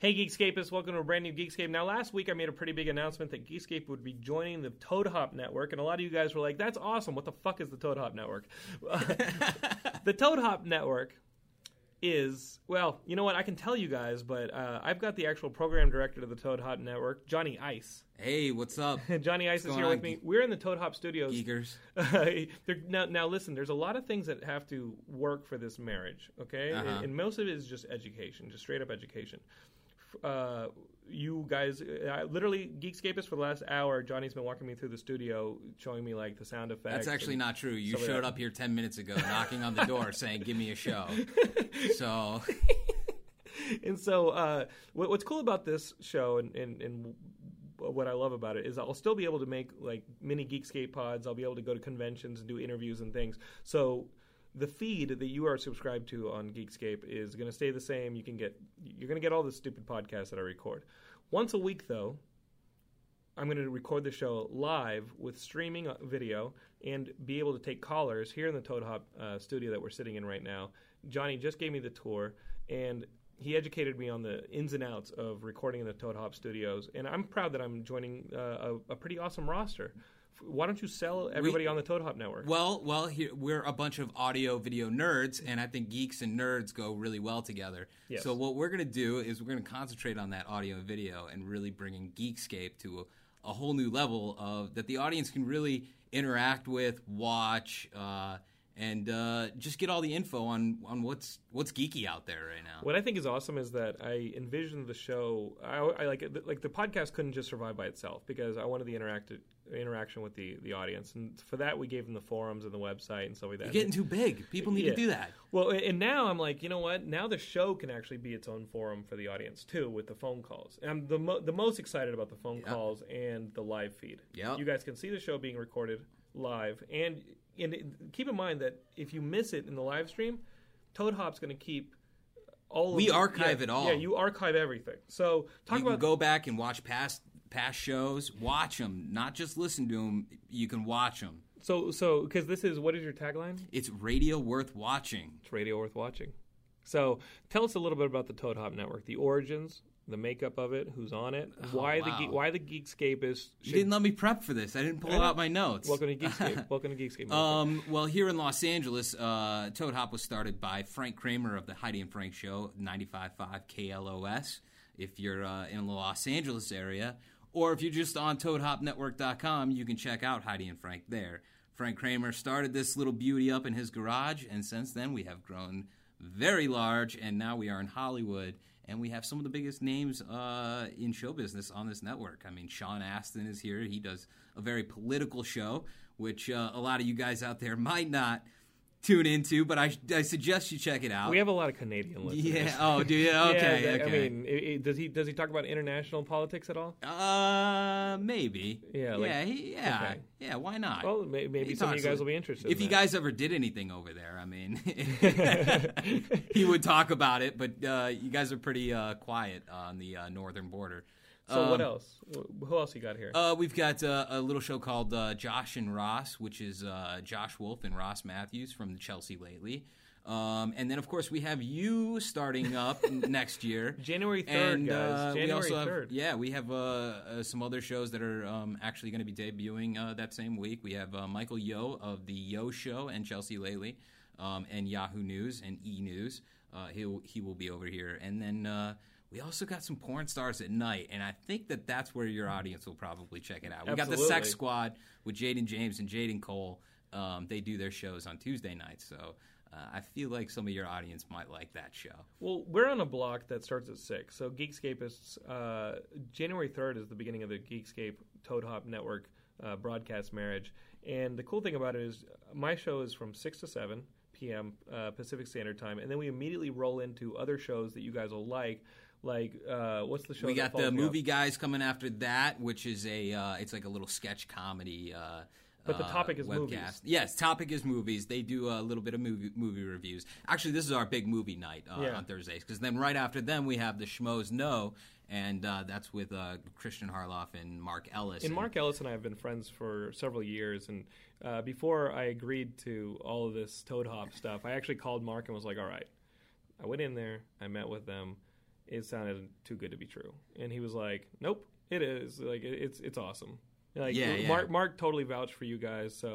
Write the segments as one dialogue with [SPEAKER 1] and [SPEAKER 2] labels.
[SPEAKER 1] Hey Geekscapists, welcome to a brand new Geekscape. Now last week I made a pretty big announcement that Geekscape would be joining the Toad Hop Network, and a lot of you guys were like, that's awesome, what the fuck is the Toad Hop Network? the Toad Hop Network is, well, you know what, I can tell you guys, but uh, I've got the actual program director of the Toad Hop Network, Johnny Ice.
[SPEAKER 2] Hey, what's up,
[SPEAKER 1] Johnny Ice is
[SPEAKER 2] going
[SPEAKER 1] here
[SPEAKER 2] on,
[SPEAKER 1] with me. We're in the Toad Hop Studios.
[SPEAKER 2] geekers?
[SPEAKER 1] There- now, now listen, there's a lot of things that have to work for this marriage, okay?
[SPEAKER 2] Uh-huh.
[SPEAKER 1] And, and most of it is just education, just straight up education. F- Uh, you guys, I, literally, Geekscape is for the last hour. Johnny's been walking me through the studio, showing me like the sound effects.
[SPEAKER 2] That's actually
[SPEAKER 1] and-
[SPEAKER 2] not true. You
[SPEAKER 1] Somebody-
[SPEAKER 2] showed up here 10 minutes ago knocking on the door saying, give me a show. So,
[SPEAKER 1] and so uh, what, what's cool about this show and, and, and what I love about it is I'll still be able to make like mini Geekscape pods. I'll be able to go to conventions and do interviews and things. So the feed that you are subscribed to on Geekscape is going to stay the same. You can get you're going to get all the stupid podcasts that I record. Once a week though, I'm going to record the show live with streaming uh, video and be able to take callers here in the Toad Hop uh, studio that we're sitting in right now. Johnny just gave me the tour and he educated me on the ins and outs of recording in the Toad Hop studios. And I'm proud that I'm joining uh, a, a pretty awesome roster. F- Why don't you sell everybody on the Toad Hop network?
[SPEAKER 2] well, well, here, we're a bunch of audio video nerds, and I think geeks and nerds go really well together.
[SPEAKER 1] Yes.
[SPEAKER 2] So, what we're going to do is we're going to concentrate on that audio and video and really bringing Geekscape to a, a whole new level of that the audience can really interact with, watch, uh, and uh, just get all the info on, on what's what's geeky out there right now.
[SPEAKER 1] What I think is awesome is that I envisioned the show. I, I like it- like the podcast couldn't just survive by itself because I wanted the interact interaction with the the audience, and for that we gave them the forums and the website and stuff like that.
[SPEAKER 2] You're getting too big. People need
[SPEAKER 1] Yeah.
[SPEAKER 2] to do that.
[SPEAKER 1] Well, a- and now I'm like, you know what? Now the show can actually be its own forum for the audience too, with the phone calls. And I'm the mo- the most excited about the phone calls and the live feed.
[SPEAKER 2] Yeah.
[SPEAKER 1] you guys can see the show being recorded live, and and it, keep in mind that if you miss it in the live stream, Toad Hop's going to keep all.
[SPEAKER 2] We
[SPEAKER 1] of the-
[SPEAKER 2] archive
[SPEAKER 1] yeah,
[SPEAKER 2] it all.
[SPEAKER 1] Yeah, you archive everything. So talk
[SPEAKER 2] you
[SPEAKER 1] about
[SPEAKER 2] can go back and watch past past shows. Watch them, not just listen to them. You can watch them.
[SPEAKER 1] so so because this is what is your tagline?
[SPEAKER 2] It's radio worth watching.
[SPEAKER 1] It's radio worth watching. So tell us a little bit about the Toad Hop Network, the origins, the makeup of it, who's on it, why the
[SPEAKER 2] Oh, wow.
[SPEAKER 1] ge- why the Geekscape is.
[SPEAKER 2] You didn't let me prep for this. I didn't pull out my notes.
[SPEAKER 1] Welcome to Geekscape. Welcome to Geekscape.
[SPEAKER 2] Um, well, here in Los Angeles, uh, Toad Hop was started by Frank Kramer of the Heidi and Frank Show, 95.5 KLOS. If you're uh, in the Los Angeles area, or if you're just on ToadHopNetwork.com, you can check out Heidi and Frank there. Frank Kramer started this little beauty up in his garage, and since then we have grown very large, and now we are in Hollywood. And we have some of the biggest names uh, in show business on this network. I mean, Sean Astin is here. He does a very political show, which uh, a lot of you guys out there might not tune into, but I, I suggest you check it out.
[SPEAKER 1] we have a lot of Canadian listeners.
[SPEAKER 2] Um, yeah. Oh, do you? Okay.
[SPEAKER 1] Yeah, I-
[SPEAKER 2] okay.
[SPEAKER 1] I mean, i i does he does he talk about international politics at all?
[SPEAKER 2] uh, maybe.
[SPEAKER 1] Yeah, like-
[SPEAKER 2] yeah. he- yeah.
[SPEAKER 1] okay.
[SPEAKER 2] Yeah. Why not?
[SPEAKER 1] Well, may, maybe
[SPEAKER 2] He
[SPEAKER 1] some of you
[SPEAKER 2] talks
[SPEAKER 1] guys
[SPEAKER 2] a-
[SPEAKER 1] will be interested.
[SPEAKER 2] if
[SPEAKER 1] in
[SPEAKER 2] you
[SPEAKER 1] that.
[SPEAKER 2] guys ever did anything over there, I mean, he would talk about it, but uh, you guys are pretty uh, quiet on the uh, northern border.
[SPEAKER 1] So what
[SPEAKER 2] um,
[SPEAKER 1] else? Wh- Who else you got here?
[SPEAKER 2] Uh, we've got uh, a little show called uh, Josh and Ross, which is uh, Josh Wolf and Ross Matthews from Chelsea lately. Um, and then, of course, we have you starting up n- next year,
[SPEAKER 1] January 3rd,
[SPEAKER 2] And,
[SPEAKER 1] guys.
[SPEAKER 2] uh,
[SPEAKER 1] January
[SPEAKER 2] we also have-
[SPEAKER 1] 3rd.
[SPEAKER 2] yeah, we have uh, uh, some other shows that are um, actually going to be debuting uh, that same week. We have uh, Michael Yo of the Yo Show and Chelsea lately, um, and Yahoo News and E News. Uh, he he will be over here, and then. Uh, We also got some porn stars at night, and I think that that's where your audience will probably check it out. We got the Sex
[SPEAKER 1] Absolutely.
[SPEAKER 2] Squad with Jaden James and Jaden Cole. Um, they do their shows on Tuesday nights, so uh, I feel like some of your audience might like that show.
[SPEAKER 1] Well, we're on a block that starts at six. So Geekscapists, uh, January third is the beginning of the Geekscape Toad Hop Network uh, broadcast marriage. And the cool thing about it is, my show is from six to seven p.m. Uh, Pacific Standard Time, and then we immediately roll into other shows that you guys will like. Like, uh, what's the show?
[SPEAKER 2] we
[SPEAKER 1] that
[SPEAKER 2] got the
[SPEAKER 1] follows me up?
[SPEAKER 2] movie guys coming after that, which is a uh, it's like a little sketch comedy. Uh,
[SPEAKER 1] But the
[SPEAKER 2] uh,
[SPEAKER 1] topic is
[SPEAKER 2] webcast.
[SPEAKER 1] movies.
[SPEAKER 2] Yes, topic is movies. They do a little bit of movie movie reviews. Actually, this is our big movie night uh,
[SPEAKER 1] Yeah.
[SPEAKER 2] on Thursdays because then right after them we have the Schmoes Know, and uh, that's with uh, Christian Harloff and Mark Ellis.
[SPEAKER 1] And Mark Ellis and I have been friends for several years. And uh, before I agreed to all of this Toad Hop stuff, I actually called Mark and was like, all right. I went in there, I met with them. It sounded too good to be true. And he was like, nope, it is. Like, it- it's, it's awesome. Like,
[SPEAKER 2] Yeah, yeah.
[SPEAKER 1] Mark, Mark totally vouched for you guys. So.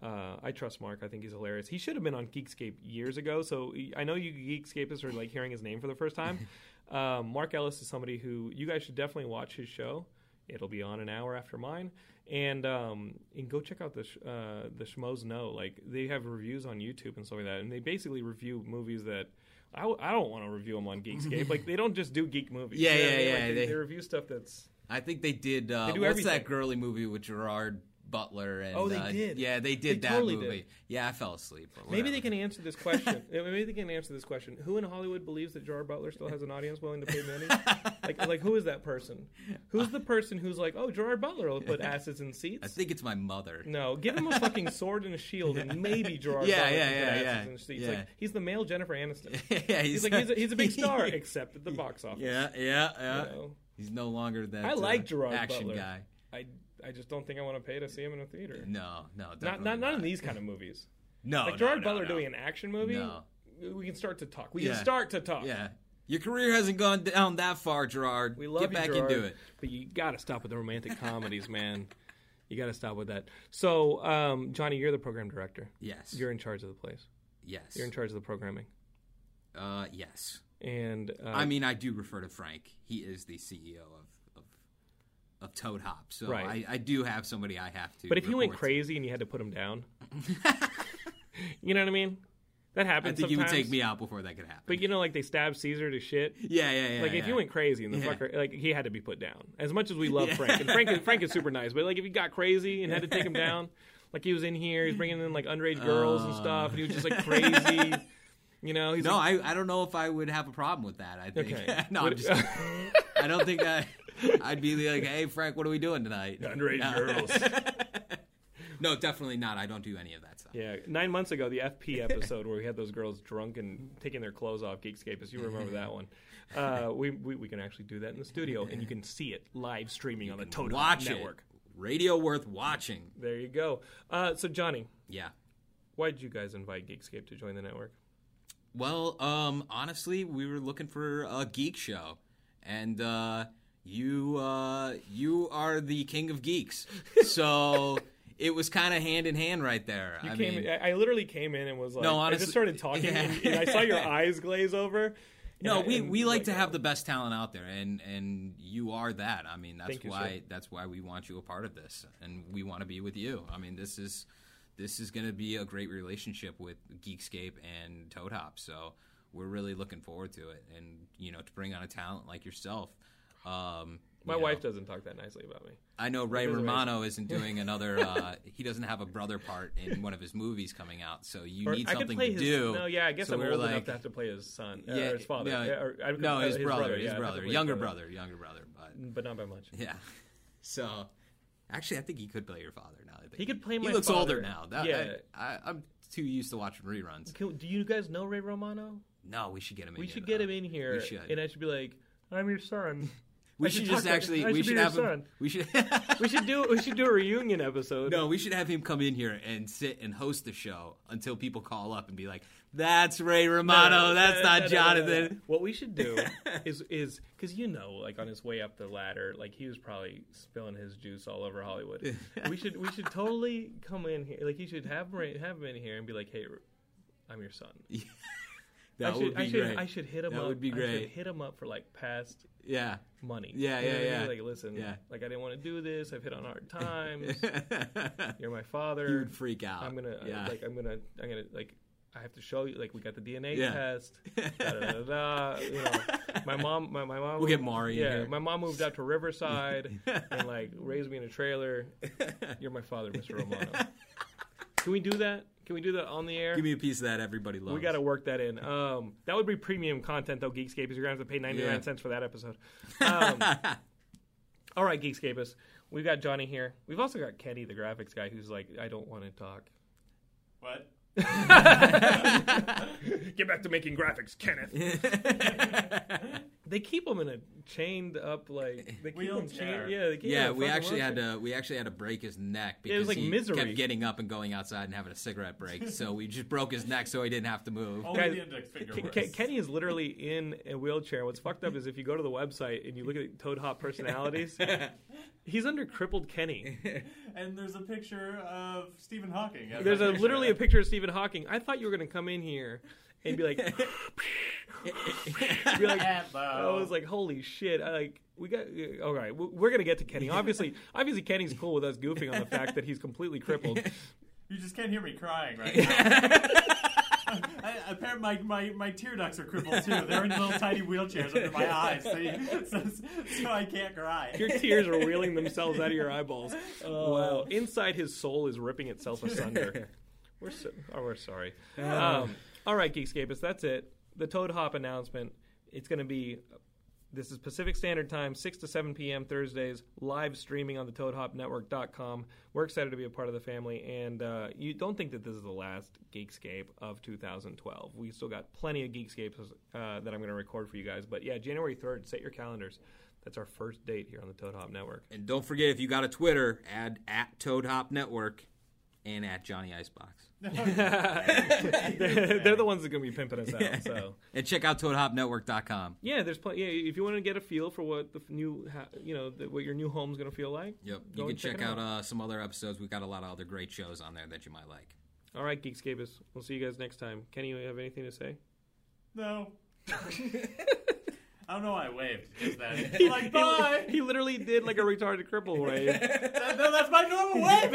[SPEAKER 1] Uh, I trust Mark. I think he's hilarious. He should have been on Geekscape years ago. So he- I know you Geekscapists are like hearing his name for the first time. um, Mark Ellis is somebody who you guys should definitely watch his show. It'll be on an hour after mine, and um, and go check out the sh- uh, the Schmoes Know. Like they have reviews on YouTube and stuff like that, and they basically review movies that I, w- I don't want to review them on Geekscape. like they don't just do geek movies.
[SPEAKER 2] Yeah,
[SPEAKER 1] You know what
[SPEAKER 2] yeah,
[SPEAKER 1] I mean?
[SPEAKER 2] yeah,
[SPEAKER 1] Like, they,
[SPEAKER 2] they-
[SPEAKER 1] they review stuff that's
[SPEAKER 2] I think they did. Uh,
[SPEAKER 1] do
[SPEAKER 2] what's
[SPEAKER 1] everything.
[SPEAKER 2] that girly movie with Gerard Butler? And,
[SPEAKER 1] Oh, they
[SPEAKER 2] uh,
[SPEAKER 1] did.
[SPEAKER 2] Yeah, they did
[SPEAKER 1] They
[SPEAKER 2] that
[SPEAKER 1] totally
[SPEAKER 2] movie.
[SPEAKER 1] did.
[SPEAKER 2] Yeah, I fell asleep. but
[SPEAKER 1] Maybe they
[SPEAKER 2] whatever.
[SPEAKER 1] can answer this question. Yeah, Maybe they can answer this question. Who in Hollywood believes that Gerard Butler still has an audience willing to pay money? like, like who is that person? Who's the person who's like, oh, Gerard Butler will put asses in seats?
[SPEAKER 2] I think it's my mother.
[SPEAKER 1] no, give him a fucking sword and a shield, and maybe Gerard
[SPEAKER 2] Yeah,
[SPEAKER 1] Butler
[SPEAKER 2] yeah,
[SPEAKER 1] can
[SPEAKER 2] yeah,
[SPEAKER 1] put
[SPEAKER 2] yeah,
[SPEAKER 1] asses in seats.
[SPEAKER 2] yeah.
[SPEAKER 1] Like, he's the male Jennifer Aniston.
[SPEAKER 2] yeah,
[SPEAKER 1] He's like, he's a, he's a big star, except at the box office.
[SPEAKER 2] Yeah, yeah, yeah.
[SPEAKER 1] know?
[SPEAKER 2] He's no longer that.
[SPEAKER 1] I like
[SPEAKER 2] uh,
[SPEAKER 1] Gerard
[SPEAKER 2] action
[SPEAKER 1] Butler.
[SPEAKER 2] guy.
[SPEAKER 1] I, I just don't think I want to pay to see him in a theater.
[SPEAKER 2] No, no,
[SPEAKER 1] Not,
[SPEAKER 2] definitely
[SPEAKER 1] not, not in these kind of movies.
[SPEAKER 2] No,
[SPEAKER 1] Like
[SPEAKER 2] no,
[SPEAKER 1] Gerard
[SPEAKER 2] no,
[SPEAKER 1] Butler
[SPEAKER 2] no.
[SPEAKER 1] doing an action movie,
[SPEAKER 2] No.
[SPEAKER 1] we can start to talk. We
[SPEAKER 2] Yeah.
[SPEAKER 1] can start to talk.
[SPEAKER 2] Yeah, your career hasn't gone down that far, Gerard.
[SPEAKER 1] We love
[SPEAKER 2] Get
[SPEAKER 1] you,
[SPEAKER 2] back
[SPEAKER 1] Gerard,
[SPEAKER 2] and do it.
[SPEAKER 1] But you got to stop with the romantic comedies, man. You got to stop with that. So, um, Johnny, you're the program director.
[SPEAKER 2] Yes.
[SPEAKER 1] You're in charge of the place.
[SPEAKER 2] yes.
[SPEAKER 1] You're in charge of the programming.
[SPEAKER 2] uh, yes.
[SPEAKER 1] And uh,
[SPEAKER 2] I mean, I do refer to Frank. He is the CEO of of, of Toad Hop. So
[SPEAKER 1] Right.
[SPEAKER 2] I, I do have somebody I have to.
[SPEAKER 1] but if you went
[SPEAKER 2] report to.
[SPEAKER 1] crazy and you had to put him down, you know what I mean? That
[SPEAKER 2] I
[SPEAKER 1] happens.
[SPEAKER 2] think you would
[SPEAKER 1] sometimes.
[SPEAKER 2] take me out before that could happen.
[SPEAKER 1] But you know, like they stabbed Caesar to shit.
[SPEAKER 2] yeah, yeah, yeah.
[SPEAKER 1] Like if
[SPEAKER 2] yeah.
[SPEAKER 1] you went crazy and the
[SPEAKER 2] Yeah.
[SPEAKER 1] fucker, like he had to be put down. As much as we love Frank, and Frank is Frank is super nice, but like if he got crazy and had to take him down, like he was in here, he's bringing in like underage girls and stuff, and he was just like crazy. You know, he's
[SPEAKER 2] Uh. No,
[SPEAKER 1] like,
[SPEAKER 2] I, I don't know if I would have a problem with that. I think
[SPEAKER 1] Okay.
[SPEAKER 2] no, I'm
[SPEAKER 1] What-
[SPEAKER 2] just. kidding. I don't think I. I'd be like, hey Frank, what are we doing tonight?
[SPEAKER 1] underage girls.
[SPEAKER 2] No, definitely not. I don't do any of that stuff.
[SPEAKER 1] Yeah, nine months ago, the FP episode where we had those girls drunk and taking their clothes off, Geekscape, as you remember that one. Uh, we, we we can actually do that in the studio, and you can see it live streaming on the Total
[SPEAKER 2] Watch
[SPEAKER 1] Network.
[SPEAKER 2] it. Radio worth watching.
[SPEAKER 1] There you go. Uh, so Johnny,
[SPEAKER 2] Yeah.
[SPEAKER 1] why did you guys invite Geekscape to join the network?
[SPEAKER 2] Well, um, honestly, we were looking for a geek show, and uh, you uh, you are the king of geeks, so it was kind of hand in hand right there. I
[SPEAKER 1] came,
[SPEAKER 2] mean,
[SPEAKER 1] I, I literally came in and was like,
[SPEAKER 2] No,
[SPEAKER 1] I
[SPEAKER 2] honestly-
[SPEAKER 1] just started talking,
[SPEAKER 2] Yeah.
[SPEAKER 1] and, and I saw your eyes glaze over.
[SPEAKER 2] No,
[SPEAKER 1] And-
[SPEAKER 2] we,
[SPEAKER 1] and
[SPEAKER 2] we like
[SPEAKER 1] like,
[SPEAKER 2] to
[SPEAKER 1] uh,
[SPEAKER 2] have the best talent out there, and, and you are that. I mean, that's
[SPEAKER 1] Thank you,
[SPEAKER 2] why
[SPEAKER 1] sir.
[SPEAKER 2] that's why we want you a part of this, and we want to be with you. I mean, this is this is going to be a great relationship with Geekscape and Toad Hop. So we're really looking forward to it, and you know, to bring on a talent like yourself. Um,
[SPEAKER 1] My
[SPEAKER 2] you know,
[SPEAKER 1] wife doesn't talk that nicely about me.
[SPEAKER 2] I know Ray Romano isn't doing another. Uh, he doesn't have a brother part in one of his movies coming out, so you
[SPEAKER 1] Or
[SPEAKER 2] need
[SPEAKER 1] I
[SPEAKER 2] something
[SPEAKER 1] could play
[SPEAKER 2] to
[SPEAKER 1] his,
[SPEAKER 2] do.
[SPEAKER 1] No, yeah, I guess
[SPEAKER 2] So
[SPEAKER 1] I'm
[SPEAKER 2] we were
[SPEAKER 1] old
[SPEAKER 2] like-
[SPEAKER 1] enough to have to play his son uh,
[SPEAKER 2] yeah,
[SPEAKER 1] or his father.
[SPEAKER 2] No,
[SPEAKER 1] Yeah, or I could
[SPEAKER 2] no,
[SPEAKER 1] play
[SPEAKER 2] his, brother,
[SPEAKER 1] yeah,
[SPEAKER 2] his
[SPEAKER 1] I could
[SPEAKER 2] brother,
[SPEAKER 1] play his
[SPEAKER 2] younger brother, younger brother. But
[SPEAKER 1] but not by much.
[SPEAKER 2] yeah, so actually, I think he could play your father now. that I think
[SPEAKER 1] He could play
[SPEAKER 2] He
[SPEAKER 1] my
[SPEAKER 2] looks
[SPEAKER 1] father.
[SPEAKER 2] older now. That,
[SPEAKER 1] Yeah.
[SPEAKER 2] I, I, I'm too used to watching reruns.
[SPEAKER 1] Can- do you guys know Ray Romano?
[SPEAKER 2] No, we should get him. in
[SPEAKER 1] We
[SPEAKER 2] here,
[SPEAKER 1] should get
[SPEAKER 2] though.
[SPEAKER 1] him in here,
[SPEAKER 2] We should.
[SPEAKER 1] and I should be like, "I'm your son."
[SPEAKER 2] we
[SPEAKER 1] I
[SPEAKER 2] should
[SPEAKER 1] should
[SPEAKER 2] just
[SPEAKER 1] talk to-
[SPEAKER 2] actually.
[SPEAKER 1] I
[SPEAKER 2] We
[SPEAKER 1] should
[SPEAKER 2] should
[SPEAKER 1] be your
[SPEAKER 2] have him.
[SPEAKER 1] son.
[SPEAKER 2] We should.
[SPEAKER 1] we should do we should do a reunion episode.
[SPEAKER 2] No, we should have him come in here and sit and host the show until people call up and be like, "That's Ray Romano. that's not Jonathan."
[SPEAKER 1] What we should do is is because you know, like on his way up the ladder, like he was probably spilling his juice all over Hollywood. we should we should totally come in here. Like you should have Ra- have him in here and be like, hey. I'm your son.
[SPEAKER 2] That
[SPEAKER 1] I should,
[SPEAKER 2] would be
[SPEAKER 1] I should,
[SPEAKER 2] great.
[SPEAKER 1] I should hit him
[SPEAKER 2] That
[SPEAKER 1] up.
[SPEAKER 2] would be
[SPEAKER 1] I should
[SPEAKER 2] great.
[SPEAKER 1] hit him up for like past
[SPEAKER 2] Yeah.
[SPEAKER 1] money.
[SPEAKER 2] Yeah,
[SPEAKER 1] You know
[SPEAKER 2] yeah,
[SPEAKER 1] what I mean?
[SPEAKER 2] yeah.
[SPEAKER 1] Like, listen,
[SPEAKER 2] Yeah.
[SPEAKER 1] like I didn't want to do this. I've hit on hard times.
[SPEAKER 2] he
[SPEAKER 1] You're my father.
[SPEAKER 2] would freak out.
[SPEAKER 1] I'm gonna
[SPEAKER 2] Uh,
[SPEAKER 1] uh,
[SPEAKER 2] Yeah.
[SPEAKER 1] like I'm gonna I'm gonna like I have to show you like we got the DNA
[SPEAKER 2] Yeah.
[SPEAKER 1] test. da, da, da, da, you know, my mom my, my mom
[SPEAKER 2] We'll get
[SPEAKER 1] moved-
[SPEAKER 2] Mari in
[SPEAKER 1] Yeah,
[SPEAKER 2] here.
[SPEAKER 1] my mom moved out to Riverside and like raised me in a trailer. You're my father, Mr. Romano. Can we do that? Can we do that on the air?
[SPEAKER 2] Give me a piece of that everybody loves.
[SPEAKER 1] we got to work that in. Um, that would be premium content though, Geekscape, is you're gonna have to pay 99
[SPEAKER 2] Yeah.
[SPEAKER 1] cents for that episode. Um, all right, Geekscapists, we've got Johnny here. We've also got Kenny, the graphics guy, who's like, I don't want to talk.
[SPEAKER 3] What?
[SPEAKER 1] Get back to making graphics, Kenneth. they keep them in a chained up like they keep them
[SPEAKER 3] Wheelchair.
[SPEAKER 1] chained. Yeah, they keep 'em in
[SPEAKER 2] Yeah,
[SPEAKER 1] a
[SPEAKER 2] we
[SPEAKER 1] fucking
[SPEAKER 2] actually had
[SPEAKER 1] wheelchair.
[SPEAKER 2] to we actually had to break his neck because
[SPEAKER 1] it was like
[SPEAKER 2] he
[SPEAKER 1] misery.
[SPEAKER 2] kept getting up and going outside and having a cigarette break. so we just broke his neck so he didn't have to move.
[SPEAKER 3] Oh,
[SPEAKER 1] Guys,
[SPEAKER 3] we need an index finger.
[SPEAKER 1] Ke-
[SPEAKER 3] works.
[SPEAKER 1] Ke- Kenny is literally in a wheelchair. What's fucked up is if you go to the website and you look at Toad Hop personalities, he's under crippled Kenny.
[SPEAKER 3] and there's a picture of Stephen Hawking. as
[SPEAKER 1] There's
[SPEAKER 3] that
[SPEAKER 1] a,
[SPEAKER 3] picture.
[SPEAKER 1] literally a picture of Stephen Hawking. I thought you were gonna come in here and be like, be like,
[SPEAKER 3] Hello.
[SPEAKER 1] I was like, holy shit! I like we got uh, all right. we- We're gonna get to Kenny. Obviously, obviously Kenny's cool with us goofing on the fact that he's completely crippled.
[SPEAKER 3] you just can't hear me crying right now. I, apparently, my, my, my tear ducts are crippled too. They're in little tiny wheelchairs under my eyes, so, you, so, so I can't cry.
[SPEAKER 1] Your tears are reeling themselves out of your eyeballs. wow! Inside his soul is ripping itself asunder. we're so, oh, we're sorry. Um, all right, Geekscapists, that's it. The Toad Hop announcement. It's gonna be. This is Pacific Standard Time, 6 to 7 p.m. Thursdays, live streaming on the ToadHopNetwork.com. We're excited to be a part of the family, and uh, you don't think that this is the last Geekscape of 2012. We still got plenty of Geekscapes uh, that I'm going to record for you guys. But yeah, January 3rd, set your calendars. That's our first date here on the Toad Hop Network.
[SPEAKER 2] And don't forget if you got a Twitter, add at Toad Hop Network and at Johnny Icebox.
[SPEAKER 1] They're the ones that are going to be pimping us out. So
[SPEAKER 2] And check out ToadHopNetwork.com.
[SPEAKER 1] yeah, there's plenty. Yeah, if you want to get a feel for what the f- new, ha- you know, the, what your new home's going to feel like.
[SPEAKER 2] Yep.
[SPEAKER 1] go
[SPEAKER 2] You can
[SPEAKER 1] and
[SPEAKER 2] check
[SPEAKER 1] it
[SPEAKER 2] out uh, some other episodes. We've got a lot of other great shows on there that you might like.
[SPEAKER 1] All right, Geekscapists, we'll see you guys next time. Kenny, you have anything to say?
[SPEAKER 3] No. I don't know why I waved. Just that. Like, bye!
[SPEAKER 1] He literally did like a retarded cripple wave.
[SPEAKER 3] no, that's my normal wave,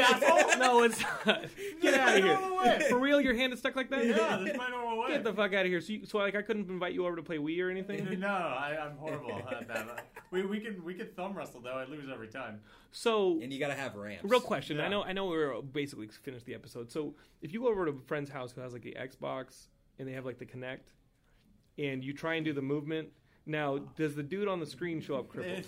[SPEAKER 3] asshole!
[SPEAKER 1] no, it's not. Get out of
[SPEAKER 3] No
[SPEAKER 1] here.
[SPEAKER 3] way.
[SPEAKER 1] For real, your hand is stuck like that?
[SPEAKER 3] Yeah, that's my normal wave.
[SPEAKER 1] Get the fuck out of here. So, you, so like, I couldn't invite you over to play Wii or anything.
[SPEAKER 3] No, I, I'm horrible at that. We, we can we can thumb wrestle though. I lose every time.
[SPEAKER 1] So,
[SPEAKER 2] And you got to have ramps.
[SPEAKER 1] real question. I
[SPEAKER 3] Yeah.
[SPEAKER 1] know, I know, we're basically finished the episode. So, if you go over to a friend's house who has like the Xbox and they have like the Connect, and you try and do the movement. Now, does the dude on the screen show up crippled?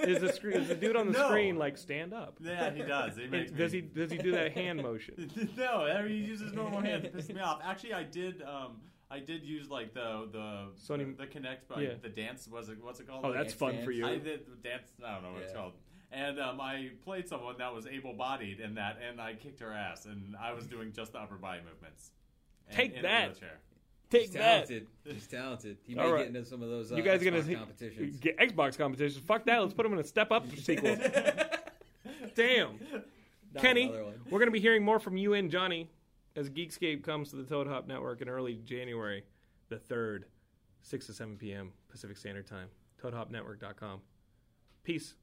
[SPEAKER 1] is, the screen, is the dude on the
[SPEAKER 3] No.
[SPEAKER 1] screen like stand up?
[SPEAKER 3] Yeah, he does. He makes
[SPEAKER 1] Does he
[SPEAKER 3] me-
[SPEAKER 1] does he do that hand motion?
[SPEAKER 3] no, I mean, he uses normal hands. It pisses me off. Actually, I did. Um, I did use like the the
[SPEAKER 1] Sony-
[SPEAKER 3] the Connect, but
[SPEAKER 1] yeah.
[SPEAKER 3] the dance was it what's it called?
[SPEAKER 1] Oh,
[SPEAKER 3] Like,
[SPEAKER 1] that's fun for you.
[SPEAKER 3] I did the dance. I don't know what it's
[SPEAKER 2] Yeah.
[SPEAKER 3] called. And um, I played someone that was able-bodied in that, and I kicked her ass, and I was doing just the upper body movements. And,
[SPEAKER 1] Take
[SPEAKER 3] in a
[SPEAKER 1] that.
[SPEAKER 3] wheelchair.
[SPEAKER 1] Take that.
[SPEAKER 2] He's talented. He
[SPEAKER 1] All may right. get into
[SPEAKER 2] some of those uh,
[SPEAKER 1] You guys are gonna see- get Xbox competitions. Fuck that. Let's put them in a step up sequel. Damn. Kenny,
[SPEAKER 2] another one.
[SPEAKER 1] we're gonna be hearing more from you and Johnny as Geekscape comes to the Toad Hop Network in early January, the third, six to seven p.m. Pacific Standard Time. ToadHopNetwork.com. Peace.